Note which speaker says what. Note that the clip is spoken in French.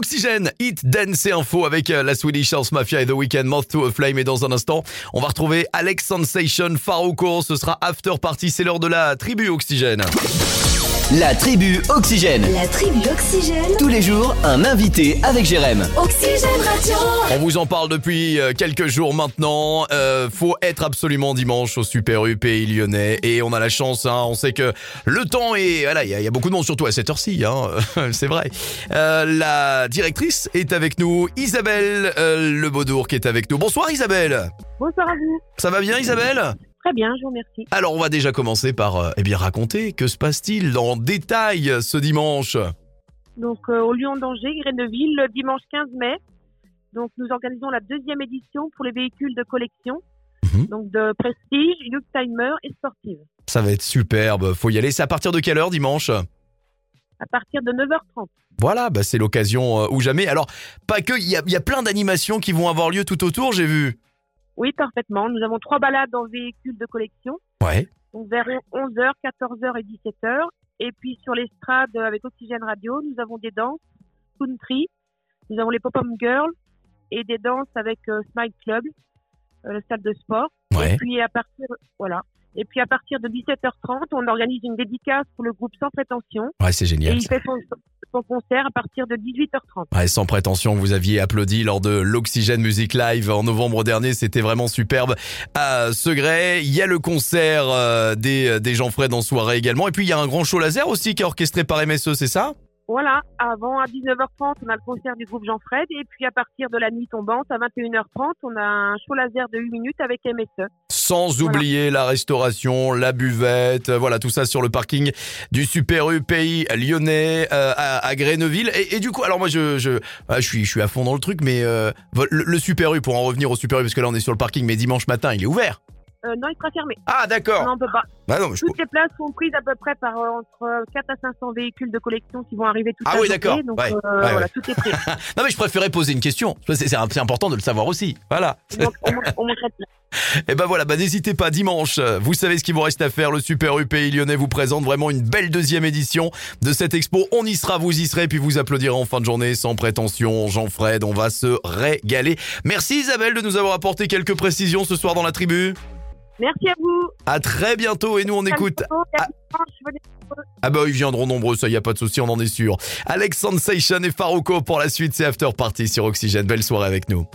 Speaker 1: Oxygène, Hit, Dance et Info avec euh, la Swedish House Mafia et The Weeknd, Moth to a Flame. Et dans un instant, on va retrouver Alex Sensation, Farouko. Ce sera After Party, c'est l'heure de la tribu Oxygène.
Speaker 2: La tribu Oxygène.
Speaker 3: La tribu Oxygène,
Speaker 2: Tous les jours, un invité avec Jérém.
Speaker 3: Oxygène Radio.
Speaker 1: On vous en parle depuis euh, quelques jours maintenant. Euh, faut être absolument dimanche au Super U Pays Lyonnais et on a la chance. hein, on sait que le temps est. Voilà, il y, a- il y a beaucoup de monde surtout à cette heure-ci. Hein, c'est vrai. Euh, la directrice est avec nous, Isabelle euh, Le Beaudour qui est avec nous. Bonsoir Isabelle.
Speaker 4: Bonsoir à vous.
Speaker 1: Ça va bien Isabelle
Speaker 4: Très bien, je vous remercie.
Speaker 1: Alors on va déjà commencer par euh, eh bien raconter que se passe-t-il en détail ce dimanche.
Speaker 4: Donc, euh, au Lyon d'Angers, Grenneville, le dimanche 15 mai. Donc, nous organisons la deuxième édition pour les véhicules de collection.
Speaker 1: Mhm.
Speaker 4: Donc, de prestige, Youngtimer et sportive.
Speaker 1: Ça va être superbe. Faut y aller. C'est à partir de quelle heure dimanche
Speaker 4: À partir de 9h30.
Speaker 1: Voilà, bah c'est l'occasion euh, ou jamais. Alors, pas que, il y a, il y a plein d'animations qui vont avoir lieu tout autour, j'ai vu.
Speaker 4: Oui, parfaitement. Nous avons trois balades en véhicules de collection.
Speaker 1: Ouais.
Speaker 4: Donc, vers 11h, 14h et 17h. Et puis, sur l'estrade euh, avec Oxygène Radio, nous avons des danses country. Nous avons les Pop-Up Girls et des danses avec euh, Smile Club, euh, le stade de sport. Et puis à partir, voilà. Et puis à partir de 17h30, on organise une dédicace pour le groupe Sans Prétention.
Speaker 1: Ouais, c'est
Speaker 4: Et
Speaker 1: génial.
Speaker 4: il fait son, son concert à partir de 18h30.
Speaker 1: Ouais, sans prétention, vous aviez applaudi lors de l'Oxygène Music Live en novembre dernier, c'était vraiment superbe. À Segré, il y a le concert euh, des, des Jean-Fred en soirée également, et puis il y a un grand show laser aussi qui est orchestré par MSE, c'est ça
Speaker 4: Voilà. Avant, à 19h30, on a le concert du groupe Jean-Fred. Et puis à partir de la nuit tombante, à 21h30, on a un show laser de 8 minutes avec E. MSE.
Speaker 1: Sans
Speaker 4: Voilà.
Speaker 1: oublier la restauration, la buvette, euh, voilà tout ça sur le parking du Super U Pays lyonnais euh, à, à Gréneville. Et, et du coup, alors moi je je, ah, je suis je suis à fond dans le truc, mais euh, vo- le, le Super U pour en revenir au Super U parce que là on est sur le parking, mais dimanche matin il est ouvert.
Speaker 4: Euh, non, il sera fermé.
Speaker 1: Ah d'accord.
Speaker 4: Non, on peut pas.
Speaker 1: Bah non, mais je-
Speaker 4: Toutes les places sont prises à peu près par euh, entre 4 à 500 véhicules de collection qui vont arriver tout
Speaker 1: Ah
Speaker 4: à
Speaker 1: oui, d'accord.
Speaker 4: Donc
Speaker 1: Ouais.
Speaker 4: euh,
Speaker 1: Ouais,
Speaker 4: voilà,
Speaker 1: ouais.
Speaker 4: tout est pris.
Speaker 1: non mais je préférais poser une question. C'est c'est- c'est important de le savoir aussi. Voilà.
Speaker 4: Il manque- on manque- on manquerait de
Speaker 1: Et ben voilà, bah n'hésitez pas, dimanche, euh, vous savez ce qu'il vous reste à faire, le Super UPI lyonnais vous présente vraiment une belle deuxième édition de cette expo. On y sera, vous y serez, puis vous applaudirez en fin de journée, sans prétention, Jean-Fred, on va se régaler. Merci Isabelle de nous avoir apporté quelques précisions ce soir dans la tribu.
Speaker 4: Merci à vous.
Speaker 1: À très bientôt et nous on écoute Ah. ah bah ils viendront nombreux, ça y a pas de souci, on en est sûr. Alex Sensation et Farouko pour la suite, c'est After Party sur Oxygène. Belle soirée avec nous.